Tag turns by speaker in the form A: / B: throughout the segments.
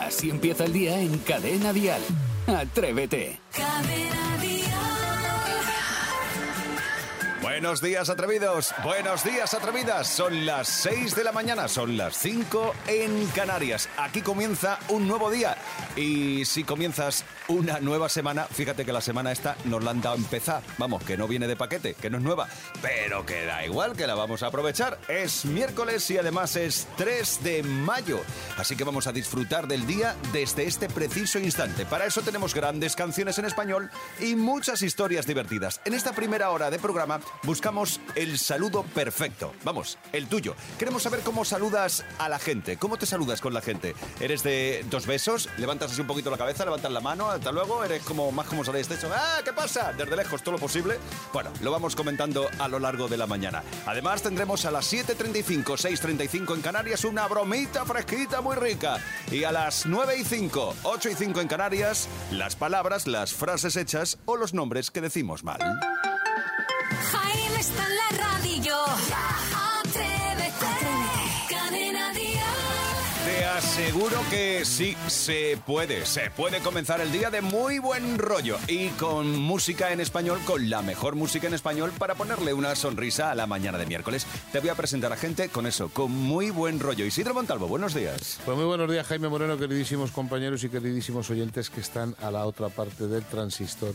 A: Así empieza el día en Cadena Dial. Atrévete. Cadena
B: Dial. Buenos días, atrevidos. Buenos días, atrevidas. Son las 6 de la mañana, son las 5 en Canarias. Aquí comienza un nuevo día. Y si comienzas una nueva semana, fíjate que la semana esta nos la han dado a empezar. Vamos, que no viene de paquete, que no es nueva. Pero que da igual, que la vamos a aprovechar. Es miércoles y además es 3 de mayo. Así que vamos a disfrutar del día desde este preciso instante. Para eso tenemos grandes canciones en español y muchas historias divertidas. En esta primera hora de programa buscamos el saludo perfecto. Vamos, el tuyo. Queremos saber cómo saludas a la gente. ¿Cómo te saludas con la gente? ¿Eres de dos besos? ¿Levantas así un poquito la cabeza? ¿Levantas la mano? hasta luego, eres como más como sabéis de ¡Ah, qué pasa! Desde lejos, todo lo posible. Bueno, lo vamos comentando a lo largo de la mañana. Además, tendremos a las 7.35, 6.35 en Canarias una bromita fresquita muy rica. Y a las 9 y 5, 8 y 5 en Canarias, las palabras, las frases hechas o los nombres que decimos mal.
C: Jaime está en la radio.
B: Te aseguro que sí se puede. Se puede comenzar el día de muy buen rollo y con música en español, con la mejor música en español para ponerle una sonrisa a la mañana de miércoles. Te voy a presentar a gente con eso, con muy buen rollo. Isidro Montalvo, buenos días.
D: Pues muy buenos días, Jaime Moreno, queridísimos compañeros y queridísimos oyentes que están a la otra parte del transistor.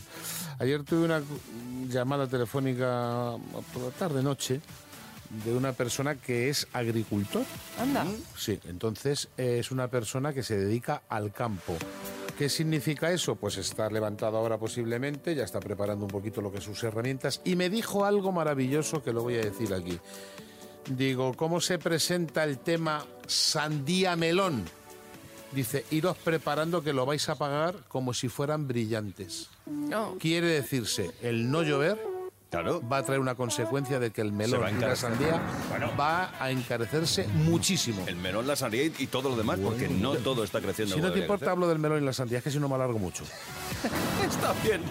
D: Ayer tuve una llamada telefónica por la tarde-noche de una persona que es agricultor.
E: Anda.
D: Sí, entonces eh, es una persona que se dedica al campo. ¿Qué significa eso? Pues está levantado ahora posiblemente, ya está preparando un poquito lo que sus herramientas y me dijo algo maravilloso que lo voy a decir aquí. Digo, ¿cómo se presenta el tema sandía melón? Dice, iros preparando que lo vais a pagar como si fueran brillantes.
E: No.
D: Quiere decirse, el no llover
B: Claro.
D: va a traer una consecuencia de que el melón y la sandía bueno. va a encarecerse muchísimo.
B: El melón, la sandía y todo lo demás, bueno. porque no todo está creciendo.
D: Si no te importa, hablo del melón y la sandía, es que si no me alargo mucho.
B: está bien.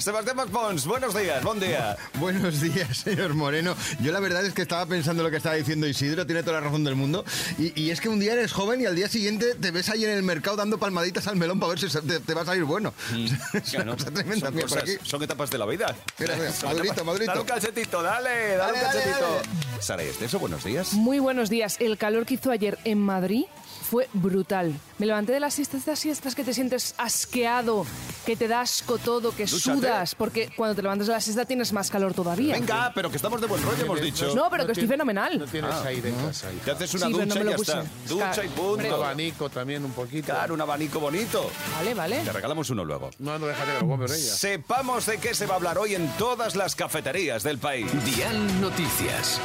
B: Sebastián Pons, buenos días, buen día.
F: Buenos días, señor Moreno. Yo la verdad es que estaba pensando lo que estaba diciendo Isidro, tiene toda la razón del mundo. Y, y es que un día eres joven y al día siguiente te ves ahí en el mercado dando palmaditas al melón para ver si te, te va a salir bueno. Mm,
B: claro. son, son, cosas, son, etapas de la vida.
F: Gracias, madurito, madurito.
B: Dale un calcetito, dale, dale, dale un calcetito. Dale, dale. Sara, este ¿eso buenos días?
E: Muy buenos días. El calor que hizo ayer en Madrid fue brutal. Me levanté de las siestas, de las siestas que te sientes asqueado, que te da asco todo, que Lúchate. sudas, porque cuando te levantas de la siesta tienes más calor todavía.
B: Venga, pero que estamos de buen rollo, hemos dicho.
E: No, pero no que estoy fenomenal.
D: No tienes ah, aire en casa. Hija.
B: Te haces una sí, ducha no y ya está. Ducha claro, y punto.
D: Un abanico también un poquito.
B: Claro, un abanico bonito.
E: Vale, vale.
B: Te regalamos uno luego.
D: No, no, déjate que lo ella.
B: Sepamos de qué se va a hablar hoy en todas las cafeterías del país.
A: Dial Noticias.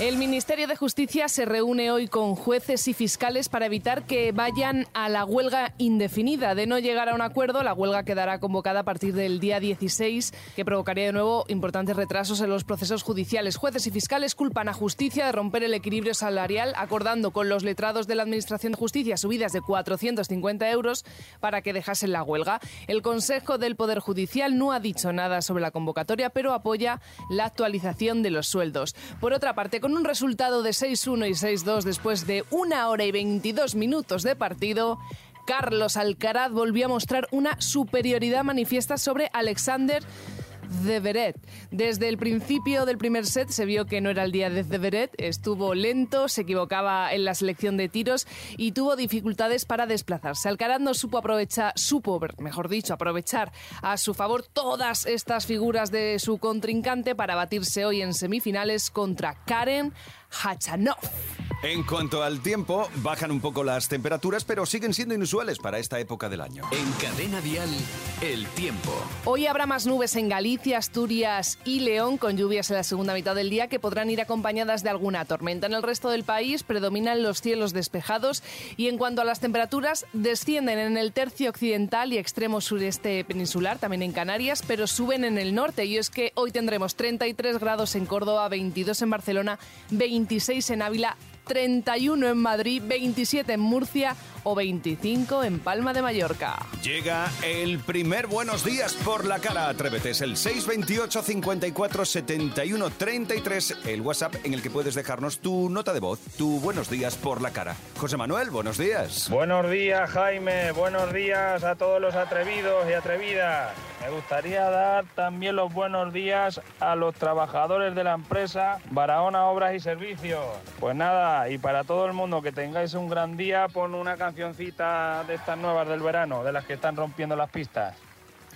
E: El Ministerio de Justicia se reúne hoy con jueces y fiscales para evitar que vayan a la huelga indefinida. De no llegar a un acuerdo, la huelga quedará convocada a partir del día 16, que provocaría de nuevo importantes retrasos en los procesos judiciales. Jueces y fiscales culpan a justicia de romper el equilibrio salarial, acordando con los letrados de la Administración de Justicia subidas de 450 euros para que dejasen la huelga. El Consejo del Poder Judicial no ha dicho nada sobre la convocatoria, pero apoya la actualización de los sueldos. Por otra parte, con un resultado de 6-1 y 6-2 después de una hora y 22 minutos de partido, Carlos Alcaraz volvió a mostrar una superioridad manifiesta sobre Alexander de Beret. Desde el principio del primer set se vio que no era el día de Beret, estuvo lento, se equivocaba en la selección de tiros y tuvo dificultades para desplazarse. Alcaraz no supo aprovechar, supo, mejor dicho, aprovechar a su favor todas estas figuras de su contrincante para batirse hoy en semifinales contra Karen Hachanov.
B: En cuanto al tiempo, bajan un poco las temperaturas, pero siguen siendo inusuales para esta época del año.
A: En cadena vial, el tiempo.
E: Hoy habrá más nubes en Galicia, Asturias y León, con lluvias en la segunda mitad del día que podrán ir acompañadas de alguna tormenta. En el resto del país predominan los cielos despejados y en cuanto a las temperaturas, descienden en el tercio occidental y extremo sureste peninsular, también en Canarias, pero suben en el norte. Y es que hoy tendremos 33 grados en Córdoba, 22 en Barcelona, 26 en Ávila, 31 en Madrid, 27 en Murcia o 25 en Palma de Mallorca.
B: Llega el primer Buenos Días por la cara. Atrévete, es el 628 54 71 33, el WhatsApp en el que puedes dejarnos tu nota de voz, tu Buenos Días por la cara. José Manuel, buenos días.
G: Buenos días, Jaime. Buenos días a todos los atrevidos y atrevidas. Me gustaría dar también los buenos días a los trabajadores de la empresa Barahona Obras y Servicios. Pues nada, y para todo el mundo que tengáis un gran día, pon una cancioncita de estas nuevas del verano, de las que están rompiendo las pistas.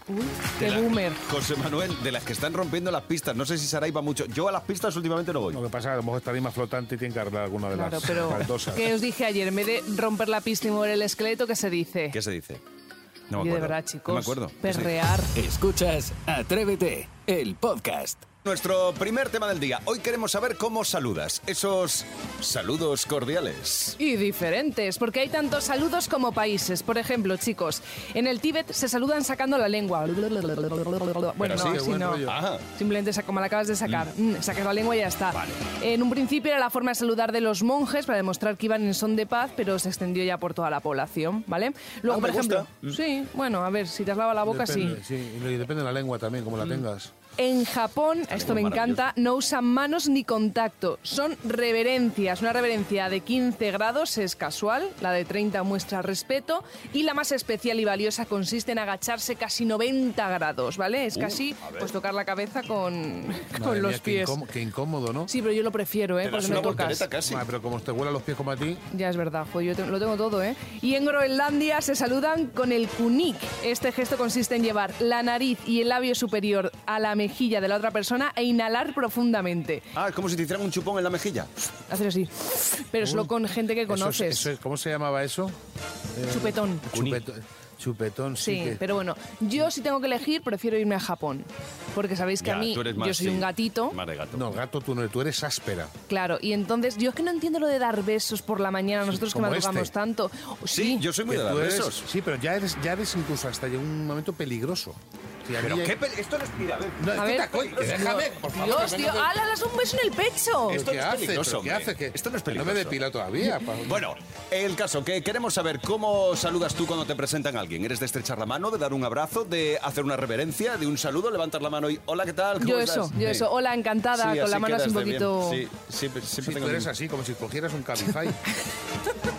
E: Uy, qué boomer.
B: José Manuel, de las que están rompiendo las pistas, no sé si Saray va mucho. Yo a las pistas últimamente no voy.
D: Lo que pasa es que a lo mejor está bien más flotante y tiene que arreglar alguna de
E: Claro,
D: las
E: pero
D: baldosas.
E: que os dije ayer, en vez de romper la pista y mover el esqueleto, ¿qué se dice?
B: ¿Qué se dice?
E: Y
B: No me
E: de
B: acuerdo.
E: verdad, chicos,
B: No me acuerdo. ¿Qué se dice?
E: perrear.
A: Escuchas Atrévete, el podcast.
B: Nuestro primer tema del día. Hoy queremos saber cómo saludas. Esos saludos cordiales.
E: Y diferentes, porque hay tantos saludos como países. Por ejemplo, chicos, en el Tíbet se saludan sacando la lengua. Bueno,
B: sí,
E: no,
B: qué
E: así
D: buen
E: no.
D: rollo.
B: Ajá.
E: Simplemente sa- como la acabas de sacar, mm, sacas la lengua y ya está.
B: Vale.
E: En un principio era la forma de saludar de los monjes para demostrar que iban en son de paz, pero se extendió ya por toda la población, ¿vale? Luego,
B: Ah,
E: por
B: me gusta.
E: ejemplo, sí, bueno, a ver, si te has lavado la boca, sí. Mm.
D: Depende, y depende de la lengua también, como la tengas.
E: En Japón, esto me encanta, no usan manos ni contacto. Son reverencias. Una reverencia de 15 grados es casual, la de 30 muestra respeto y la más especial y valiosa consiste en agacharse casi 90 grados, ¿vale? Es casi pues tocar la cabeza con, con
D: Madre
E: los
D: mía, qué
E: pies.
D: incómodo- Qué incómodo, ¿no?
E: Sí, pero yo lo prefiero, ¿eh?
B: Te das
E: Porque
B: una
E: no tocas.
B: voltereta casi.
D: Madre, pero como te huela los pies como a ti,
E: Ya es verdad, jo, yo te- lo tengo todo, ¿eh? Y en Groenlandia se saludan con el kunik. Este gesto consiste en llevar la nariz y el labio superior a la mejilla de la otra persona e inhalar profundamente.
B: Ah, es como si te hicieran un chupón en la mejilla.
E: Hacer así. Pero solo con gente que
D: eso es-
E: conoces.
D: eso es- ¿Cómo se llamaba eso?
E: Chupetón.
D: Chupetón, chupetón sí.
E: Sí,
D: que-
E: pero bueno, yo si tengo que elegir, prefiero irme a Japón. Porque sabéis que
B: Ya,
E: a mí,
B: tú eres más,
E: yo soy
B: sí,
E: un gatito.
B: Más de gato.
D: No, gato, tú, no, tú eres áspera.
E: Claro, y entonces yo es que no entiendo lo de dar besos por la mañana, nosotros que
D: como
E: madrugamos
D: este.
E: tanto.
B: Sí, yo soy muy
D: Que
B: de dar
D: tú eres-
B: besos.
D: Sí, pero ya eres, ya eres incluso hasta en un momento peligroso. Sí, a
B: Pero
D: mí-
B: qué pel- Esto no es. Mira, a ver.
D: No, es
E: A
D: que
E: ver,
D: te acoy- que déjame, por favor.
E: Dios, tío, ala, das un beso en el pecho.
B: Esto
D: ¿Qué
B: no es
D: haces?
B: peligroso,
D: ¿Pero ¿Qué
B: hombre.
D: haces? Que-
B: Esto no es
D: que No me
B: peligroso.
D: depila todavía. pa-
B: Bueno, el caso que queremos saber cómo saludas tú cuando te presentan a alguien. ¿Eres de estrechar la mano, de dar un abrazo, de hacer una reverencia, de un saludo, levantar la mano y hola, ¿qué tal? ¿Cómo
E: Yo
B: estás?"
E: eso, yo
B: Sí.
E: eso. Hola, encantada,
B: Sí,
E: con la
B: así
E: mano así un
B: quedas de
E: poquito.
B: bien. Sí, siempre, siempre
D: Sí, tú
B: tengo el
D: eres
B: mismo.
D: así, como si cogieras un Cabify.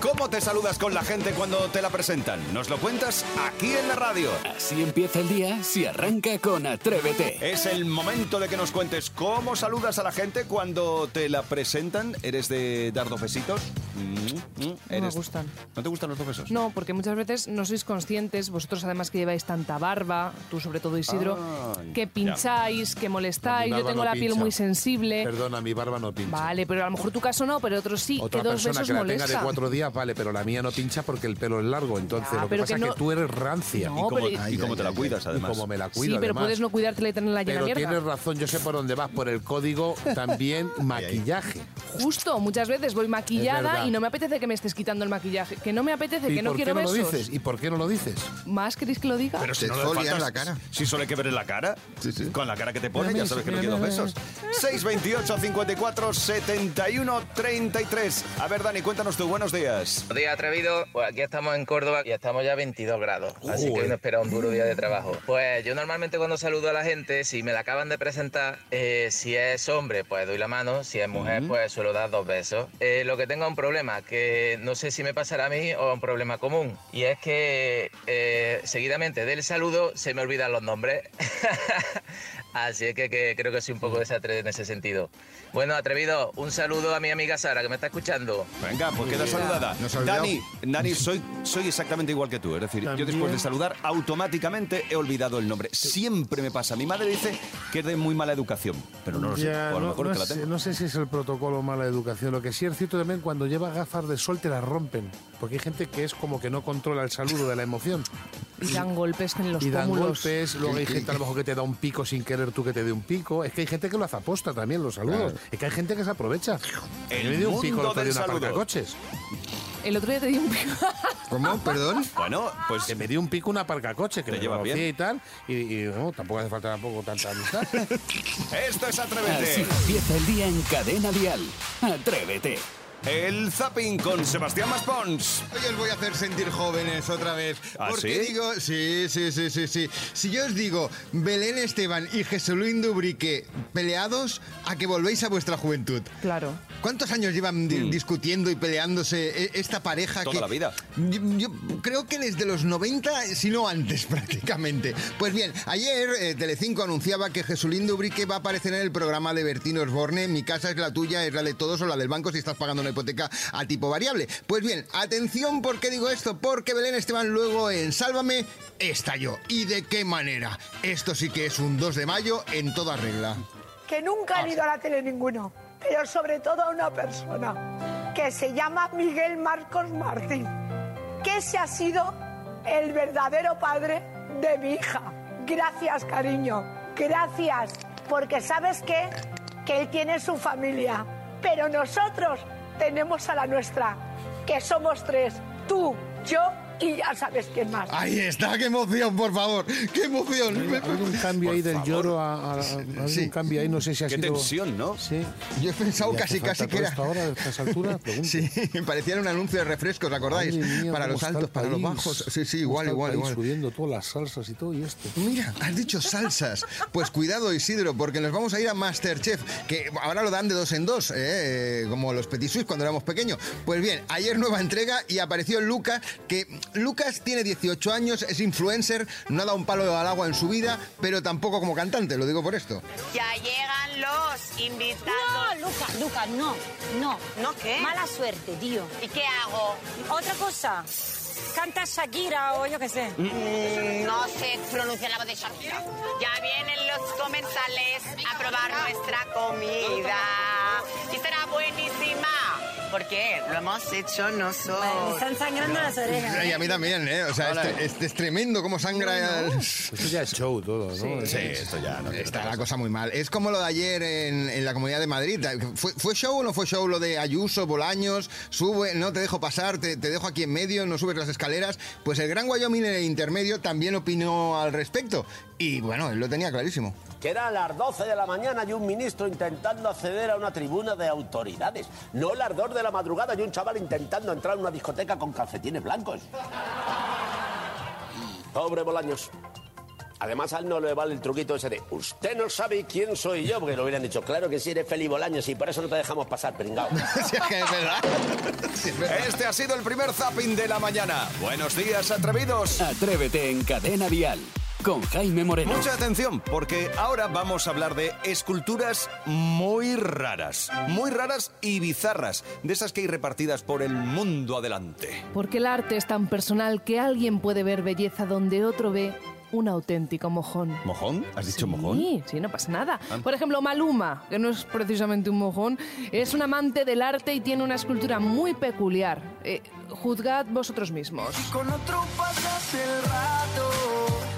B: ¿Cómo te saludas con la gente cuando te la presentan? Nos lo cuentas aquí en la radio.
A: Así empieza el día si arranca con Atrévete.
B: Es el momento de que nos cuentes cómo saludas a la gente cuando te la presentan. ¿Eres de dar dos besitos? Mm, mm,
E: me gustan.
B: ¿No te gustan los dos besos?
E: No, porque muchas veces no sois conscientes, vosotros además que lleváis tanta barba, tú sobre todo Isidro,
B: Ah,
E: que
B: ya.
E: pincháis, que molestáis,
D: Mi
E: yo
D: barba
E: tengo
D: no
E: la piel
D: pincha.
E: muy sensible.
D: Perdona, mi barba no pincha.
E: Vale, pero a lo mejor tu caso no, pero otros sí,
D: Otra
E: que dos
D: persona
E: besos
D: que la tenga de
E: molesta.
D: cuatro días, vale, pero la mía no pincha porque el pelo es largo. Entonces,
E: Ya,
D: lo que
E: pero
D: pasa
E: que
D: es
E: no-
D: que tú eres rancia.
B: ¿Y
E: No,
B: cómo,
E: pero-
B: y
E: Ay,
B: cómo te la cuidas,
D: Y
B: además?
D: como me la
E: sí,
D: cuido,
E: pero
D: además.
E: puedes no cuidártela y tenerla llena
D: Pero
E: de mierda.
D: tienes razón, yo sé por dónde vas, por el código también maquillaje.
E: Justo, muchas veces voy maquillada
D: verdad.
E: y no me apetece que me estés quitando el maquillaje, que no me apetece, que
D: ¿Y
E: no
D: por qué
E: quiero
D: no lo
E: besos.
D: dices? ¿Y por qué no lo dices?
E: ¿Más queréis que lo diga?
B: Pero si
F: Te
B: no le
F: exfolias
B: faltas-
F: la cara.
B: Si solo hay que ver en la cara.
F: Sí, sí.
B: Con la cara que te pone, ya sabes que no quiero besos. 628 54 71 33. A ver, Dani, cuéntanos tus buenos días.
H: Buenos días, atrevido. Pues aquí estamos en Córdoba y estamos ya a 22 grados. Así que
D: Joder.
H: hoy nos espera un duro día de trabajo. Pues yo normalmente cuando saludo a la gente, si me la acaban de presentar, eh, si es hombre, pues doy la mano. Si es mujer, pues suelo dar dos besos. Eh, lo que tengo es un problema, que no sé si me pasará a mí o es un problema común. Y es que eh, seguidamente del saludo se me olvidan los nombres. Así es que, que creo que soy un poco desastre en ese sentido. Bueno, atrevido, un saludo a mi amiga Sara, que me está escuchando.
B: Venga, pues queda saludada.
F: Nos ha olvidado.
B: Dani, Dani, soy, soy exactamente igual que tú. Es decir, yo después de saludar, automáticamente he olvidado el nombre. Siempre me pasa. Mi madre dice que es de muy mala educación, pero no lo sé. O
D: Ya,
B: a lo
D: no-
B: mejor
D: no
B: que la
D: sé-
B: tengo.
D: no sé si es el protocolo o mala educación. Lo que sí es cierto también, cuando llevas gafas de sol te las rompen. Porque hay gente que es como que no controla el saludo de la emoción.
E: Y dan golpes en los
D: y dan
E: pómulos.
D: golpes, luego hay gente a lo mejor que te da un pico sin querer tú que te dé un pico. Es que hay gente que lo hace aposta también, los saludos. Es que hay gente que se aprovecha.
B: El
D: Yo me di un pico el
B: mundo
D: otro
B: del
D: día en
B: saludo.
D: una coches.
E: El otro día te di un pico.
F: ¿Cómo? ¿Perdón?
B: Bueno, pues
D: Que me dio un pico una aparcacoche que
B: Te
D: me
B: llevas
D: conocía
B: bien.
D: y tal. Y, y, no, tampoco hace falta tampoco tanta amistad.
B: esto es Atrévete.
D: Ah,
A: Así empieza el día en cadena Dial. Atrévete.
B: El zapping con Sebastián Maspons.
F: Hoy os voy a hacer sentir jóvenes otra vez.
B: ¿Ah,
F: porque
B: sí?
F: digo, sí, sí, sí, sí, sí. Si yo os digo Belén Esteban y Jesulín Dubrique peleados, a que volvéis a vuestra juventud.
E: Claro.
F: ¿Cuántos años llevan di- discutiendo y peleándose e- esta pareja?
B: Hmm. Toda
F: que-
B: la vida.
F: Yo, yo creo que desde los 90, si no antes prácticamente. Pues bien, ayer eh, Telecinco anunciaba que Jesulín Dubrique va a aparecer en el programa de Bertino Osborne. Mi casa es la tuya, es la de todos o la del banco si estás pagando una hipoteca a tipo variable. Pues bien, atención, ¿por qué digo esto? Porque Belén Esteban luego en Sálvame estalló. ¿Y de qué manera? Esto sí que es un 2 de mayo en toda regla.
I: que nunca han ido a la tele ninguno, pero sobre todo a una persona que se llama Miguel Marcos Martín, que ese ha sido el verdadero padre de mi hija. Gracias, cariño, gracias, porque sabes qué? que él tiene su familia, pero nosotros tenemos a la nuestra, que somos tres, tú, yo y ya sabes quién más.
F: Ahí está, qué emoción, por favor. Qué emoción.
D: Ha habido un cambio ahí del lloro a, a- a- ha habido
F: Sí.
D: un cambio ahí, no sé si ha
B: Qué
D: sido...
B: tensión, ¿no?
D: Sí.
F: Yo he pensado
D: ¿Y hace
F: casi,
D: falta
F: casi que
D: todo
F: era.
D: esto ahora, a estas alturas? Pregunto.
F: Sí, parecían un anuncio de refrescos, ¿os ¿acordáis?
D: Madre mía,
F: para
D: cómo
F: los
D: está el
F: altos, para los
D: país,
F: bajos. Sí,
D: cómo
F: sí, igual,
D: está el
F: igual,
D: país
F: igual.
D: Subiendo todas las salsas y todo y esto.
F: Mira, has dicho salsas. Pues cuidado, Isidro, porque nos vamos a ir a Masterchef, que ahora lo dan de dos en dos, ¿eh? como los Petit Suisse cuando éramos pequeños. Pues bien, ayer nueva entrega y apareció Lucas, que Lucas tiene 18 años, es influencer, no ha dado un palo al agua en su vida, pero tampoco como cantante, lo digo por esto.
J: Ya llegan los
K: No,
J: invitados.
K: Lucas, Lucas, no, no.
J: ¿No qué?
K: Mala suerte, tío.
J: ¿Y qué hago?
K: Otra cosa, canta Shakira o yo qué sé.
J: Mm, No sé pronunciar la voz de Shakira. Ya vienen los comensales a probar nuestra comida. Y será buenísima. Porque lo hemos hecho
K: Me
J: nosotros.
K: están sangrando las orejas.
F: Y a mí también, ¿eh? O sea, este, este es tremendo cómo sangra... el-
D: Esto ya es show todo, ¿no?
B: Sí, esto
D: Ah,
B: ya no tiene
F: Está
B: otra
F: la
B: cosa.
F: cosa muy mal. Es como lo de ayer en, en la Comunidad de Madrid. ¿Fue, fue show o no fue show lo de Ayuso, Bolaños? Sube, no te dejo pasar, te, te dejo aquí en medio, no subes las escaleras. Pues el Gran Wyoming en el intermedio también opinó al respecto. Y bueno, él lo tenía clarísimo.
L: que eran las 12 de la mañana y un ministro intentando acceder a una tribuna de autoridades. No las 2 de la madrugada y un chaval intentando entrar a una discoteca con calcetines blancos. Pobre Bolaños. Además, a él no le vale el truquito ese de usted no sabe quién soy yo, porque lo hubieran dicho, claro que sí, eres Feli Bolaños y por eso no te dejamos pasar, pringao.
F: si es que es verdad. Si es verdad.
D: Eh,
B: Este ha sido el primer zapping de la mañana. Buenos días, atrevidos.
A: Atrévete en Cadena Dial con Jaime Moreno.
B: Mucha atención, porque ahora vamos a hablar de esculturas muy raras. Muy raras y bizarras. De esas que hay repartidas por el mundo adelante.
E: Porque el arte es tan personal que alguien puede ver belleza donde otro ve un auténtico mojón.
B: ¿Mojón? ¿Has dicho
E: sí,
B: mojón? Ah.
E: Sí, no pasa nada. Por ejemplo, Maluma, que no es precisamente un mojón, es un amante del arte y tiene una escultura muy peculiar. Eh, juzgad vosotros mismos.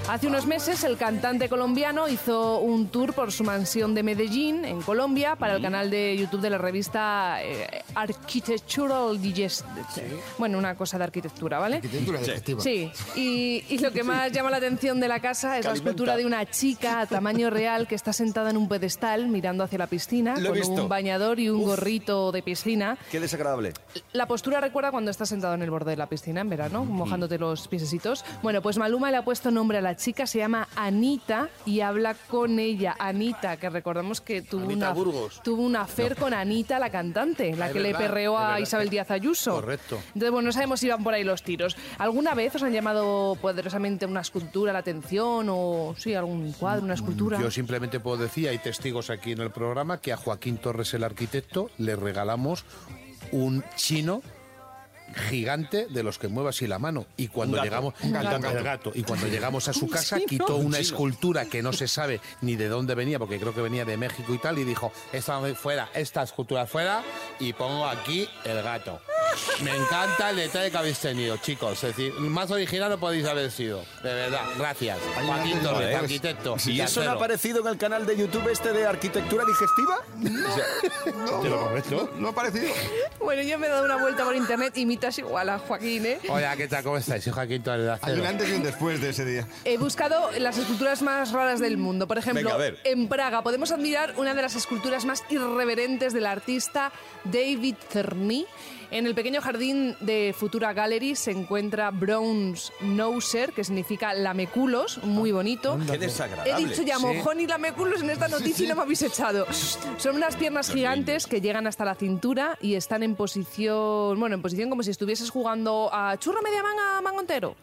E: Hace unos meses el cantante colombiano hizo un tour por su mansión de Medellín, en Colombia, para el canal de YouTube de la revista eh, Architectural Digest. Bueno, una cosa de arquitectura, ¿vale?
F: Arquitectura defectiva.
E: Sí, y, y lo que más llama la atención de la casa es la escultura de una chica a tamaño real que está sentada en un pedestal mirando hacia la piscina
B: Lo he
E: con
B: visto.
E: un bañador y un gorrito de piscina.
B: Qué desagradable.
E: La postura recuerda cuando estás sentado en el borde de la piscina en verano, mojándote los piececitos. Bueno, pues Maluma le ha puesto nombre a la chica, se llama Anita y habla con ella. Anita, que recordamos que tuvo
D: Anita
E: una
D: Burgos. Ah,
E: tuvo una affair con Anita, la cantante, la
D: es
E: que
D: verdad,
E: le perreó
D: es
E: a
D: verdad.
E: Isabel Díaz Ayuso.
D: Correcto.
E: Entonces, bueno, no sabemos si van por ahí los tiros. ¿Alguna vez os han llamado poderosamente una escultura la atención o sí, algún cuadro, una escultura?
D: Yo simplemente puedo decir, hay testigos aquí en el programa, que a Joaquín Torres, el arquitecto, le regalamos un chino gigante de los que mueva así la mano y cuando
B: gato,
D: llegamos
B: un
D: el
B: gato,
D: gato, el gato. y cuando llegamos a su casa
E: chino?
D: quitó
B: Un
D: una
B: chino.
D: escultura que no se sabe ni de dónde venía porque creo que venía de México y tal y dijo esta fuera esta escultura fuera y pongo aquí el gato Me encanta el detalle que habéis tenido, chicos. Es decir, más original no podéis haber sido. De verdad, gracias. Joaquín
B: Joder,
D: Torres,
B: es-
D: arquitecto.
B: ¿Y eso no ha
D: cartero.
B: aparecido en el canal de YouTube este de arquitectura digestiva?
D: ¿Te lo prometo?
F: No ha parecido.
E: Bueno, yo me he dado una vuelta por internet, imitas igual a Joaquín, ¿eh?
D: Hola, ¿qué tal? ¿Cómo estáis? Soy Joaquín Torres. de Acero.
F: Hay un antes y un después de ese día.
E: He buscado las esculturas más raras del mundo. Por ejemplo,
F: Venga, a ver.
E: en Praga podemos admirar una de las esculturas más irreverentes del artista David Cerny. En el pequeño jardín de Futura Gallery se encuentra Brown's Noser, que significa lameculos, muy bonito.
F: Ah,
B: Qué desagradable.
E: He dicho ya
B: Sí.
E: mojón y lameculos en esta noticia y no me habéis echado. Son unas piernas gigantes que llegan hasta la cintura y están en posición, bueno, en posición como si estuvieses jugando a churro media manga, mango entero.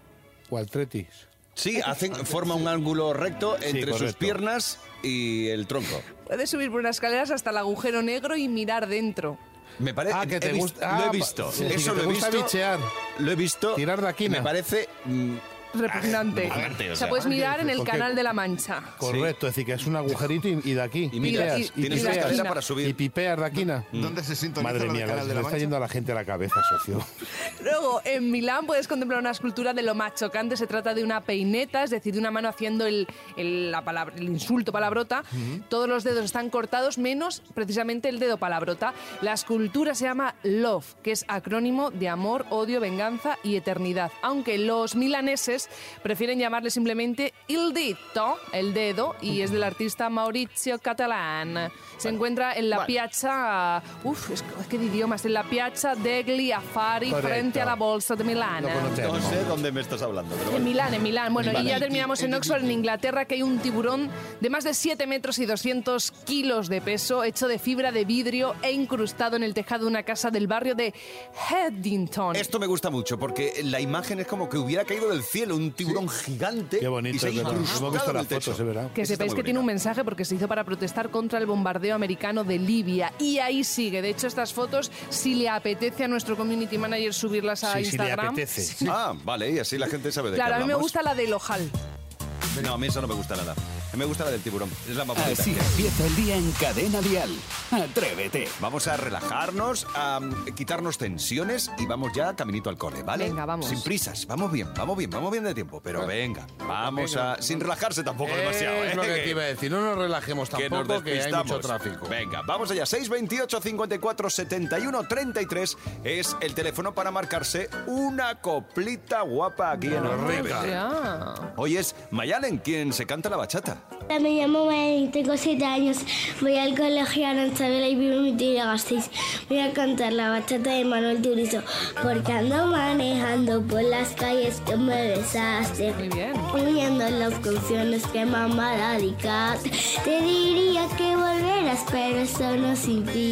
D: O Altretis.
B: Sí, hacen, forma un ángulo recto entre sus
D: correcto.
B: piernas y el tronco.
E: Puedes subir por unas escaleras hasta el agujero negro y mirar dentro.
B: Me parece
D: Ah, que te gusta-
B: Lo
D: ah,
B: he visto.
D: sí,
B: Eso lo
D: que te
B: he
D: gusta
B: visto.
D: bichear.
B: Lo he visto. Tirar de aquí. Me parece. mm,
E: Repugnante.
B: Ah, adelante, o
E: o sea,
B: sea.
E: puedes mirar en el
D: ¿Por qué?
E: canal de la Mancha.
D: Correcto, es decir, que es un agujerito y, y de aquí.
B: Y mira,
D: pipeas,
B: y- y- tienes una
D: pipeas.
B: escalera para subir.
D: Y pipeas de aquí.
F: ¿Dónde se sintoniza
D: Madre
F: lo del
D: mía,
F: Canal
D: se
F: de la
D: le está
F: Mancha?
D: yendo a la gente a la cabeza, socio.
E: Luego, en Milán puedes contemplar una escultura de lo más chocante. Se trata de una peineta, es decir, de una mano haciendo el, el- la palabra- el insulto palabrota.
M: Ujú.
E: Todos los dedos están cortados, menos precisamente el dedo palabrota. La escultura se llama Love, que es acrónimo de amor, odio, venganza y eternidad. Aunque los milaneses prefieren llamarle simplemente Il Dito, el dedo, y es del artista Maurizio Catalán. Se encuentra en la
M: Vale.
E: piazza... Uf, es, es que de idiomas. En la piazza degli Affari y
B: Correcto.
E: frente a la bolsa de Milán. ¿eh?
B: No sé dónde me estás hablando. Pero
E: En
B: bueno.
E: Milán, en Milán. Bueno,
B: Vale.
E: y ya terminamos en Oxford, en Inglaterra, que hay un tiburón de más de 7 metros y 200 kilos de peso, hecho de fibra de vidrio e incrustado en el tejado de una casa del barrio de Headington.
B: Esto me gusta mucho porque la imagen es como que hubiera caído del cielo un tiburón gigante. Qué bonito. Y se ha
D: es verdad.
B: incrustado
D: Hemos visto
B: en el
D: las fotos,
B: techo.
D: es verdad.
E: Que
B: Eso está
E: sepáis
B: muy
E: que tiene un mensaje porque se hizo para protestar contra el bombardeo americano de Libia. Y ahí sigue. De hecho, estas fotos, si le apetece a nuestro community manager subirlas a Instagram.
B: Sí. Ah, vale, y así la gente sabe de
E: Claro,
B: qué
E: a mí me
B: hablamos.
E: gusta la del ojal.
B: No, a mí esa no me gusta nada. Me gusta la del tiburón. Es la más
E: Ah,
B: bonita.
A: Así empieza el día en Cadena Dial. Atrévete.
B: Vamos a relajarnos, a mm, quitarnos tensiones y vamos ya caminito al cole, ¿vale?
E: Venga, vamos.
B: Sin prisas, vamos bien, vamos bien, vamos bien de tiempo, pero venga, vamos
D: Venga,
B: a... Sin relajarse tampoco demasiado, ¿eh?
D: Es lo que te iba a decir. No nos relajemos
B: que
D: tampoco,
B: nos
D: que, hay mucho
B: despistamos.
D: tráfico.
B: Venga, vamos allá. 628 54 71 33 eh, es el teléfono para marcarse una coplita guapa aquí en Orrega.
E: Ah,
B: Hoy es Mayalen quien se canta la bachata.
N: Hola, me llamo Mael y tengo 7 años. Voy al colegio Aranzabela y vivo en Vitoria Gasteiz. Voy a cantar la bachata de Manuel Turizo. Porque ando manejando por las calles que me besaste. Muy bien. Uniendo las canciones que mamá dedicaste. Te diría que volverás, pero eso nos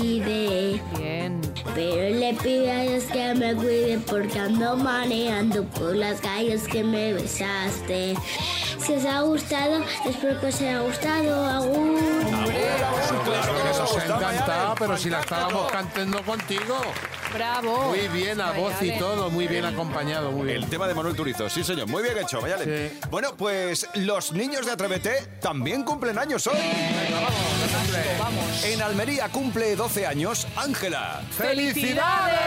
N: impide. Bien. Pero le pido a Dios que me cuide porque ando manejando por las calles que me besaste. Si os ha gustado, espero que os haya gustado. Agur.
D: Claro que nos encanta, pero si la estábamos cantando contigo.
E: Bravo.
D: Muy bien, a voz y todo, muy bien acompañado, muy bien.
B: El tema de Manuel Turizo, sí señor, muy bien hecho, Mayalen. Bueno, pues los niños de Atrévete también cumplen años hoy. En Almería cumple 12 años Ángela.
E: ¡Felicidades!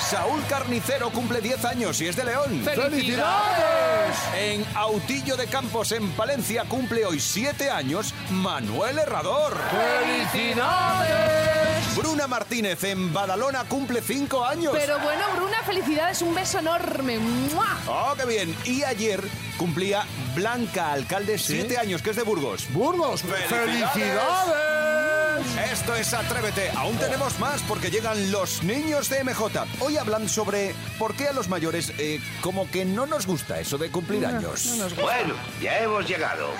B: Saúl Carnicero cumple 10 años y es de León.
E: ¡Felicidades!
B: En Autillo de Campos, en Palencia, cumple hoy 7 años Manuel Herrador.
E: ¡Felicidades!
B: Bruna Martínez en Badalona cumple 5 años.
E: Pero bueno, Bruna, felicidades, un beso enorme. ¡Mua!
B: ¡Oh, qué bien! Y ayer cumplía Blanca Alcalde, 7 años, que es de Burgos.
D: ¡Burgos!
B: ¡Felicidades! Esto es Atrévete. Aún tenemos más porque llegan los niños de MJ. Hoy hablan sobre por qué a los mayores eh, como que no nos gusta eso de cumplir años.
H: Bueno, ya hemos llegado.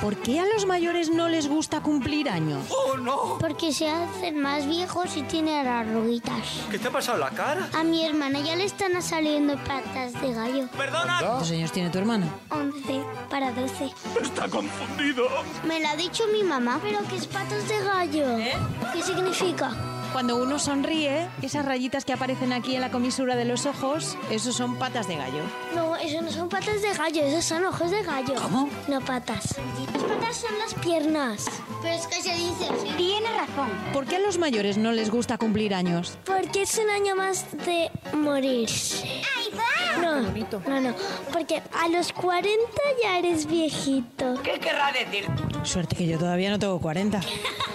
O: ¿Por qué a los mayores no les gusta cumplir años?
N: ¡Oh, no! Porque se hacen más viejos y tienen arruguitas.
H: ¿Qué te ha pasado en la cara?
N: A mi hermana ya le están saliendo patas de gallo.
O: ¿Cuántos años tiene tu hermana?
N: 11 para 12.
H: Está confundido.
N: ¿Eh? Me lo ha dicho mi mamá. ¿Pero qué es patas de gallo? ¿Qué significa?
P: Cuando uno sonríe, esas rayitas que aparecen aquí en la comisura de los ojos, esos son patas de gallo.
N: No, eso no son patas de gallo, esos son ojos de gallo.
P: ¿Cómo?
N: No patas. Las patas son las piernas. Pero es que se dice, tiene razón.
P: ¿Por qué a los mayores no les gusta cumplir años?
N: Porque es un año más de morirse. ¡Ay, va! No, no, no, porque a los 40 ya eres viejito.
J: ¿Qué querrá decir?
P: Suerte que yo todavía no tengo 40.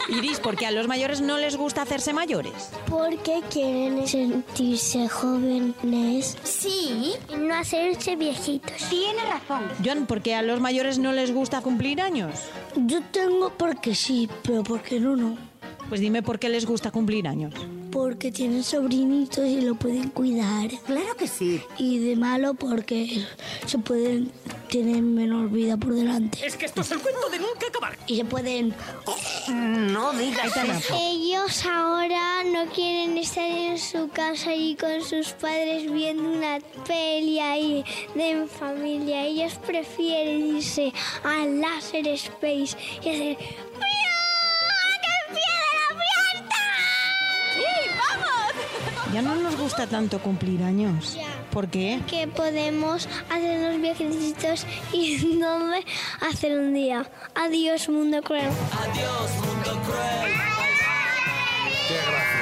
P: Iris, ¿por qué a los mayores no les gusta hacerse mayores?
N: Porque quieren sentirse jóvenes. Sí. No hacerse viejitos. Tiene razón.
P: Joan, ¿por qué a los mayores no les gusta cumplir años?
N: Yo tengo porque sí, pero porque no, no.
P: Pues dime por qué les gusta cumplir años.
N: Porque tienen sobrinitos y lo pueden cuidar.
J: Claro que sí.
N: Y de malo porque se pueden tener menor vida por delante.
J: Es que esto es el cuento de nunca acabar.
N: Y se pueden...
J: No digas eso.
N: Pues Ellos ahora no quieren estar en su casa y con sus padres viendo una peli ahí de familia. Ellos prefieren irse al Láser Space y hacer...
P: Ya no nos gusta tanto cumplir años.
N: Ya.
P: ¿Por qué?
N: Que podemos hacer los viajecitos y no hacer un día. Adiós, mundo cruel.
A: Adiós, mundo cruel.
B: Qué gracioso.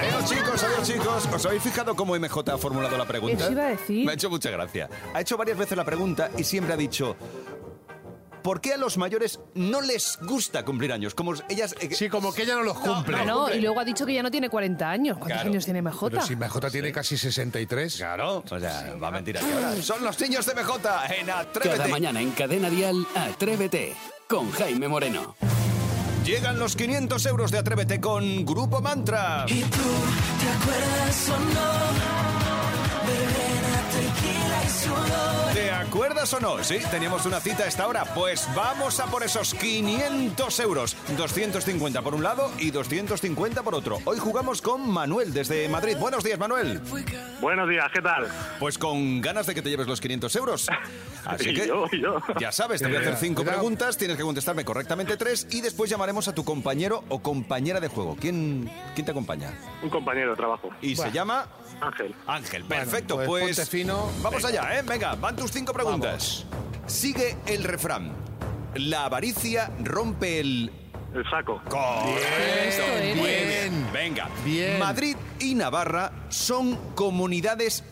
B: Adiós chicos, adiós chicos. ¿Os habéis fijado cómo MJ ha formulado la pregunta?
E: Eso iba a decir.
B: Me ha hecho mucha gracia. Ha hecho varias veces la pregunta y siempre ha dicho, ¿por qué a los mayores no les gusta cumplir años? Como ellas, eh,
D: Sí, como que ella no los cumple.
E: Ah, no, y luego ha dicho que ya no tiene 40 años. ¿Cuántos
B: Claro.
E: años tiene MJ?
D: Pero si MJ tiene casi 63.
B: Claro, o sea, va a mentir aquí ahora. Son los niños de MJ en Atrévete.
A: Cada mañana en Cadena Dial, Atrévete con Jaime Moreno.
B: Llegan los 500 euros de Atrévete con Grupo Mantra.
Q: ¿Y tú te acuerdas o no? Beben a tequila y sudor.
B: ¿Te acuerdas o no? Sí, teníamos una cita a esta hora. Pues vamos a por esos 500 euros. 250 por un lado y 250 por otro. Hoy jugamos con Manuel desde Madrid. Buenos días, Manuel.
R: Buenos días, ¿qué tal?
B: Pues con ganas de que te lleves los 500 euros. Así
R: Y
B: que
R: yo, y yo.
B: ya sabes, te voy a
D: Eh,
B: hacer cinco preguntas, tienes que contestarme correctamente tres y después llamaremos a tu compañero o compañera de juego. ¿Quién, quién te acompaña?
R: Un compañero de trabajo.
B: Y se
R: Buah.
B: llama
R: Ángel.
B: Ángel. Perfecto,
D: pues,
B: pues,
D: ponte fino.
B: vamos allá, ¿eh? Venga, van tus cinco preguntas. Sigue el refrán. La avaricia rompe el...
R: El saco.
B: Correcto. Bien. Venga.
D: Bien.
B: Madrid y Navarra son comunidades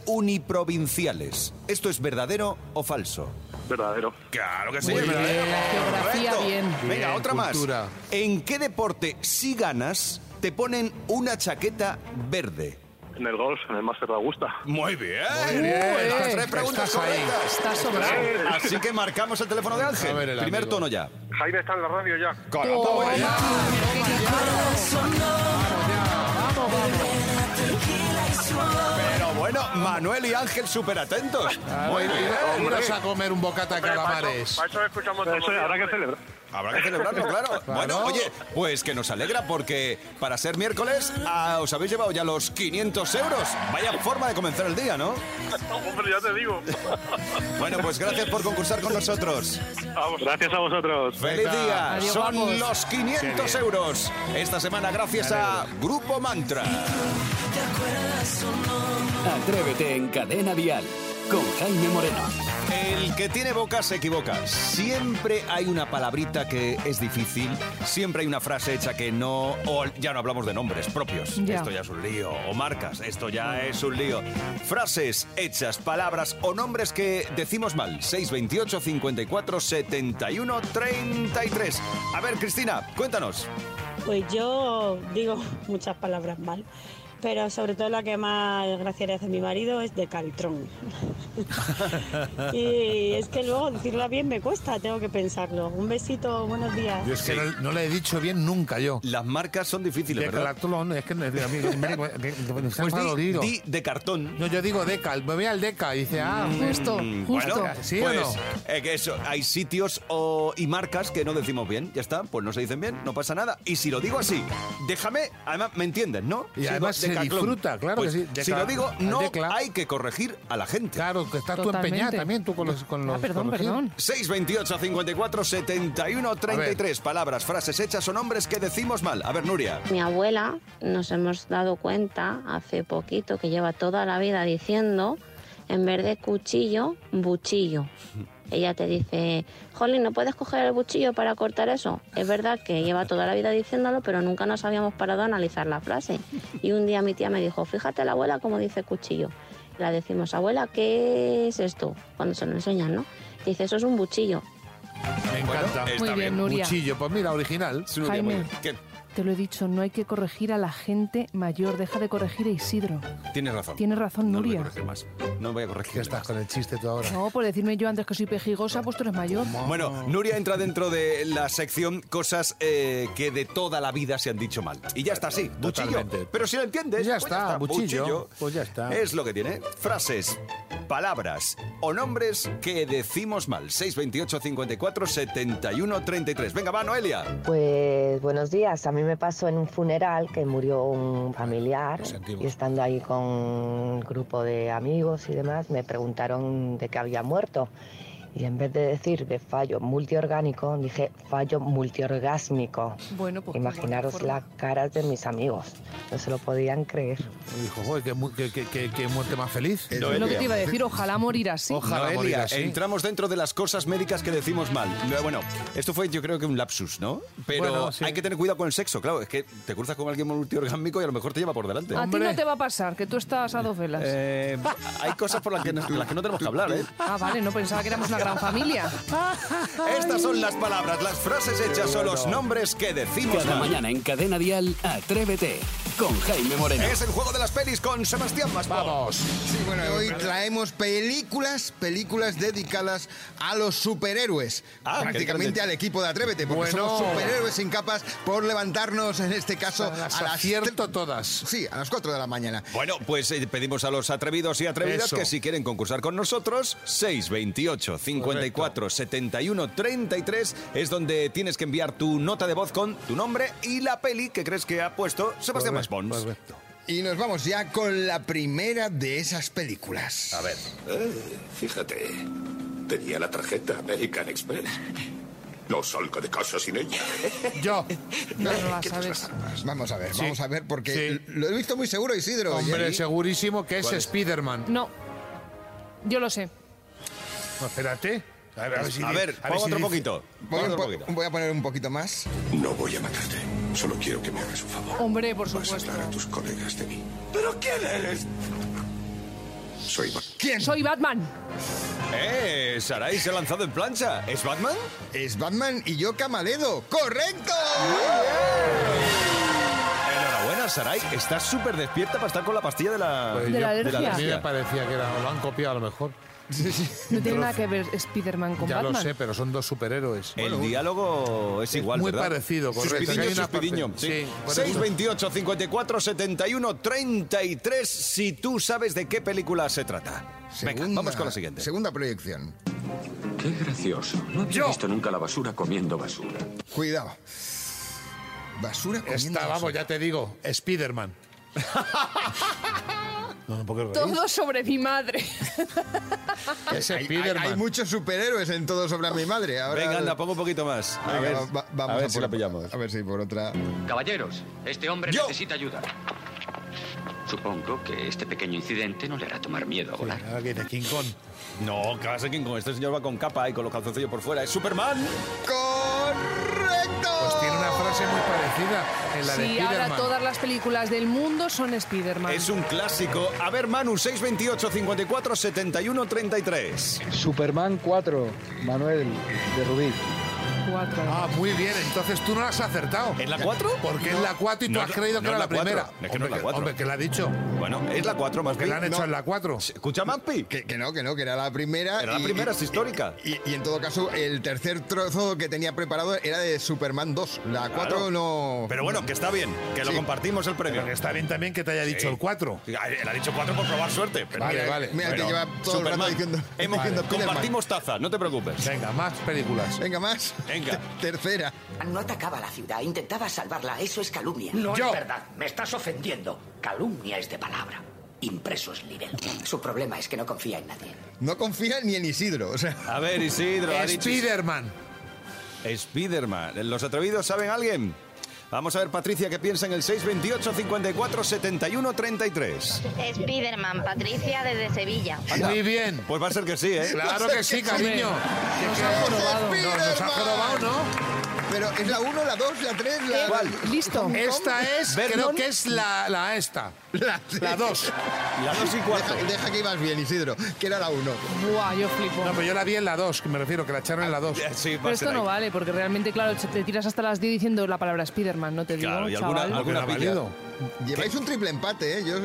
B: uniprovinciales. ¿Esto es verdadero o falso?
R: Verdadero.
B: Claro que sí,
D: Muy
B: es
D: bien.
B: verdadero.
E: Geografía,
B: Correcto.
E: bien.
B: Venga,
D: Bien,
B: otra
D: cultura.
B: más. ¿En qué deporte, si ganas, te ponen una chaqueta verde?
R: En el golf, en el Master de Augusta.
B: Muy bien.
D: Muy bien.
B: Las tres preguntas
D: Estás ahí.
B: correctas.
E: Está sobrado.
B: Uh. Así que marcamos el teléfono de Ángel.
D: A ver, el
B: Primer
D: amigo.
B: tono ya.
R: Jaime está en la radio ya.
B: Toma ya. Pero bueno, Manuel y Ángel súper atentos.
D: Ah,
B: Muy bien.
D: Vamos a comer un bocata de calamares.
R: eso escuchamos Eso habrá que celebrar.
B: Habrá que celebrarlo, claro. Bueno, oye, pues que nos alegra porque para ser miércoles ah, os habéis llevado ya los 500 euros. Vaya forma de comenzar el día, ¿no?
R: Hombre, ya te digo.
B: Bueno, pues gracias por concursar con nosotros.
R: Vamos. Gracias a vosotros.
B: ¡Feliz día!
E: Adiós,
B: Son
E: guapos.
B: los 500
D: bien.
B: euros. Esta semana gracias a Grupo Mantra.
Q: ¿Te acuerdas o no?
A: Atrévete en Cadena Dial con Jaime Moreno.
B: El que tiene boca se equivoca. Siempre hay una palabrita que es difícil, siempre hay una frase hecha que no... o ya no hablamos de nombres propios.
E: Ya.
B: Esto ya es un lío. O marcas, esto ya es un lío. Frases hechas, palabras o nombres que decimos mal. 628 54 71 33. A ver, Cristina, cuéntanos.
S: Pues yo digo muchas palabras mal, pero sobre todo la que más gracia le hace a mi marido es de caltrón. y es que luego decirla bien me cuesta, tengo que pensarlo. Un besito, buenos días.
D: Yo es que no, no le he dicho bien nunca yo.
B: Las marcas son difíciles,
D: De
B: ¿verdad?
D: calatrón, es que no- a mí- me- me- me- me-
B: Pues
D: me- lo
B: di,
D: digo.
B: di de cartón.
D: No, yo digo decal, me voy al deca y dice, ah,
E: Justo,
B: Mm,
E: justo.
B: Bueno,
D: ¿Sí o
B: pues,
D: no?
B: eh, que eso, hay sitios o, y marcas que no decimos bien, ya está, pues no se dicen bien, no pasa nada. Y si lo digo así, déjame, además me entienden, ¿no?
D: Y
B: Sigo
D: además se
B: Decathlon.
D: disfruta, claro que sí,
B: pues, si
D: Deca-
B: lo digo, no
D: Decla.
B: hay que corregir a la gente.
D: claro, que estás tú
E: Totalmente.
D: empeñada también, tú con los. Con los
E: ah, perdón,
D: con los
E: perdón.
B: 628 54 71 33. Palabras, frases hechas o nombres que decimos mal. A ver, Nuria.
T: Mi abuela nos hemos dado cuenta hace poquito que lleva toda la vida diciendo, en vez de cuchillo, buchillo. Ella te dice, Jolín, ¿no puedes coger el buchillo para cortar eso? Es verdad que lleva toda la vida diciéndolo, pero nunca nos habíamos parado a analizar la frase. Y un día mi tía me dijo, fíjate la abuela cómo dice cuchillo. La decimos, abuela, ¿qué es esto? Cuando se lo enseñan, ¿no? Dice, eso es un buchillo.
D: Me encanta.
E: Muy bien, bien, Nuria.
D: Cuchillo, pues mira, original.
B: Sí, Nuria,
E: Jaime.
B: muy bien. ¿Qué?
E: Te lo he dicho, no hay que corregir a la gente mayor. Deja de corregir a Isidro.
B: Tienes razón.
E: Tienes razón,
B: no
E: Nuria.
B: No voy a corregir más. No voy a corregir
D: Ya estás
B: más.
D: con el chiste tú ahora.
E: No, por decirme yo antes que soy pejigosa, pues tú eres mayor.
B: Bueno, Nuria entra dentro de la sección cosas eh, que de toda la vida se han dicho mal. Y ya está así, buchillo.
D: Totalmente.
B: Pero si lo entiendes,
D: Ya
B: pues
D: está, buchillo. Pues ya está.
B: Es lo que tiene. Frases, palabras o nombres que decimos mal. 628 54 71 33. Venga, va, Noelia.
U: Pues buenos días. A mí me pasó en un funeral que murió un familiar
D: sentimos.
U: y estando ahí con un grupo de amigos y demás me preguntaron de qué había muerto. Y en vez de decir de fallo multiorgánico, dije fallo multiorgásmico.
E: Bueno, pues. qué buena
U: Imaginaros
E: forma.
U: las caras de mis amigos. No se lo podían creer.
D: Y dijo, joder, qué, mu- qué- qué- qué- qué muerte más feliz.
B: No,
E: Es lo que te iba a decir, ojalá morir así.
D: Ojalá
B: Noelia,
D: morir así.
B: entramos dentro de las cosas médicas que decimos mal. Lo- Bueno, esto fue yo creo que un lapsus, ¿no? Pero
D: Bueno, sí.
B: hay que tener cuidado con el sexo, claro. Es que te cruzas con alguien multiorgánico y a lo mejor te lleva por delante.
E: A ti
D: Hombre.
E: no te va a pasar, que tú estás a dos velas.
B: Eh, hay cosas por las que, no- las que no tenemos que hablar, ¿eh?
E: Ah, vale, no pensaba que éramos una gran familia.
B: Estas son las palabras, las frases hechas o los nombres que decimos
A: Cada
B: mal.
A: mañana en Cadena Dial, Atrévete con Jaime Moreno.
B: Es el juego de las pelis con Sebastián Maspó.
D: Vamos.
F: Sí, bueno, hoy traemos películas, películas dedicadas a los superhéroes.
B: Ah,
F: prácticamente
B: qué
F: al equipo de Atrévete, porque
D: Bueno.
F: somos superhéroes sin capas por levantarnos, en este caso,
D: A las
F: cierto
D: acierto todas.
F: Sí, a las 4 de la mañana.
B: Bueno, pues eh, pedimos a los atrevidos y atrevidas
D: Eso.
B: que si quieren concursar con nosotros, 628 54 71 33 es donde tienes que enviar tu nota de voz con tu nombre y la peli que crees que ha puesto Sebastián Maspons.
D: Perfecto.
F: Y nos vamos ya con la primera de esas películas.
B: A ver.
V: Eh, fíjate, tenía la tarjeta American Express. No salgo de casa sin ella.
D: Yo.
E: No no la sabes.
F: Vamos a ver,
D: Sí.
F: vamos a ver, porque
D: Sí.
F: lo he visto muy seguro, Isidro.
D: Hombre, segurísimo que es
B: ¿Cuál es?
D: Spiderman.
E: No. Yo lo sé.
D: No, espérate. A ver, si
B: Pues, A
D: di-
B: ver,
D: a
B: pon
D: si
B: otro
D: dice-
B: poquito.
F: Voy,
B: pon
F: un
B: otro
F: po-
B: poquito.
F: voy a poner un poquito más.
V: No voy a matarte. Solo quiero que me hagas un favor.
E: Hombre, por
V: Vas a
E: supuesto.
V: hablar a tus colegas de mí. ¿Pero quién eres? Soy Ba-
F: ¿Quién?
E: Soy Batman.
B: ¡Eh! Sarai se ha lanzado en plancha. ¿Es Batman?
F: Es Batman y yo Camaledo. ¡Correcto!
B: Enhorabuena, Sarai. Estás súper despierta para estar con la pastilla de la,
D: Pues
E: De la
D: yo-
E: alergia.
D: A mí me parecía que era, lo han copiado a lo mejor.
E: No tiene nada que ver Spider-Man con
D: ya
E: Batman.
D: lo sé, pero son dos superhéroes.
B: El diálogo es igual,
D: muy
B: ¿verdad?
D: parecido, correcto,
B: Suspiriño,
D: que hay una
B: suspiriño,
D: parte-
B: sí.
D: sí, por eso.
B: 628 54 71 33 si tú sabes de qué película se trata. Venga,
F: Segunda-
B: vamos con la siguiente.
F: Segunda proyección.
W: Qué gracioso. No había visto nunca la basura comiendo basura.
F: Cuidado. Basura comiendo
D: Esta, vamos,
F: basura.
D: ya te digo, Spiderman. no, no puedo creer.
E: Todo sobre mi madre.
D: Es
F: Hay- hay,
D: Spiderman.
F: hay muchos superhéroes en todo sobre mi madre. Ahora,
B: Venga, anda, pongo un poquito más. A
F: Venga,
B: ver,
F: va- vamos
B: a ver si
F: por-
B: la pillamos.
F: A ver si por otra.
W: Caballeros, este hombre
B: Yo.
W: necesita ayuda. Supongo que este pequeño incidente no le hará tomar miedo a volar.
D: Ahora que dice King Kong.
B: No, que va a ser King Kong. Este señor va con capa y con los calzoncillos por fuera. ¡Es Superman!
F: ¡Correcto!
D: Pues tiene una frase muy parecida en la de
E: Sí, ahora
D: Spiderman.
E: todas las películas del mundo son Spider-Man.
B: Es un clásico. A ver, Manu, 628 54 71 33.
X: Superman 4, Manuel de Rubí.
E: Cuatro.
D: Ah, muy bien, entonces tú no la has acertado.
B: ¿En la cuatro?
D: Porque es la 4 y tú
B: No,
D: has
B: no
D: creído que era
B: es
D: la,
B: la cuatro.
D: primera.
B: Es que no es la cuatro.
D: hombre, que la ha dicho.
B: Bueno, es la 4 más
D: Que
B: bien.
D: la han hecho
B: No.
D: en la 4.
B: Escucha, Maspi.
F: Que, que no, que no, que era la primera.
B: Era la
F: y-
B: primera,
F: y-
B: es histórica.
F: Y, y en todo caso, el tercer trozo que tenía preparado era de Superman 2. La 4
B: Claro.
F: no.
B: Pero bueno, que está bien, que lo
F: Sí.
B: compartimos el premio.
D: Pero que está bien también que te haya dicho
B: Sí.
D: el 4.
B: Sí, Le ha dicho 4 por probar suerte. pero
D: Vale,
B: mira,
D: vale.
F: Mira,
B: Bueno,
F: que lleva todo el rato
B: Superman.
F: diciendo.
B: Hemos-
F: diciendo Spiderman.
B: compartimos taza, no te preocupes.
D: Venga, más películas.
F: Venga, más.
B: Venga.
F: Tercera.
Y: No atacaba la ciudad, intentaba salvarla. Eso es calumnia.
X: No
D: Yo.
X: es verdad, me estás ofendiendo. Calumnia es de palabra.
C: impresos nivel. Su problema es que no confía en nadie.
F: No confía ni en Isidro. O sea.
B: A ver, Isidro. ha dicho-
D: Spiderman.
B: Spiderman. ¿Los atrevidos saben alguien? Vamos a ver, Patricia, qué piensa en el 628 54 71 33.
T: Spiderman, Patricia desde Sevilla.
B: Anda.
D: Muy bien.
B: Pues va a ser que sí, ¿eh?
D: Claro que sí, cariño.
F: Nos
D: ha
F: jorobado.
D: No, nos ha jorobado, ¿no?
F: Pero es la 1, la 2, la 3, la...
D: ¿Cuál?
E: Listo.
D: Esta es, creo
F: Vernon.
D: que es la, la esta.
F: La,
D: La dos.
B: La 2 y 4.
F: Deja, deja que ibas bien, Isidro, que era la 1.
E: Buah, yo flipo.
D: No, pues, pero yo la vi en la 2, que me refiero, que la echaron en la 2.
B: Sí, va
E: Pero
B: a ser
E: esto no
B: pues, ahí.
E: vale, porque realmente, claro, te tiras hasta las 10 diciendo la palabra Spiderman, no te digo,
B: Claro, y alguna-
E: chaval.
B: alguna-
D: ¿Alguna ha valido?
F: Lleváis un triple empate, ¿eh? Yo...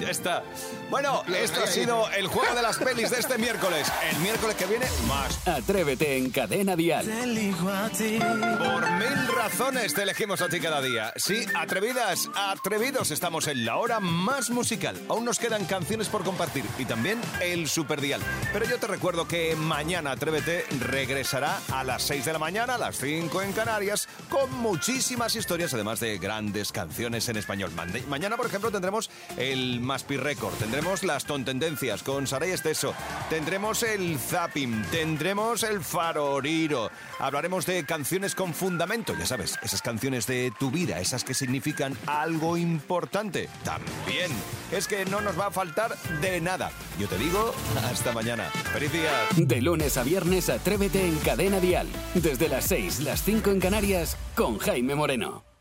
B: Ya está. Bueno, esto ha sido el juego de las pelis de este miércoles. El miércoles que viene, más.
A: Atrévete en Cadena Dial.
Q: Te elijo a ti.
B: Por mil razones te elegimos a ti cada día. Sí, atrevidas, atrevidos, estamos en la hora más musical. Aún nos quedan canciones por compartir y también el Superdial. Pero yo te recuerdo que mañana Atrévete regresará a las 6 de la mañana, a las 5 en Canarias, con muchísimas historias, además de grandes canciones en español. Mande- Mañana, por ejemplo, tendremos el Maspi Record, tendremos las Tontendencias con Saray Esteso, tendremos el Zapping, tendremos el Faroriro, hablaremos de canciones con fundamento, ya sabes, esas canciones de tu vida, esas que significan algo importante. También es que no nos va a faltar de nada. Yo te digo, hasta mañana. ¡Feliz día!
A: De lunes a viernes, atrévete en Cadena Dial. Desde las 6, las 5 en Canarias, con Jaime Moreno.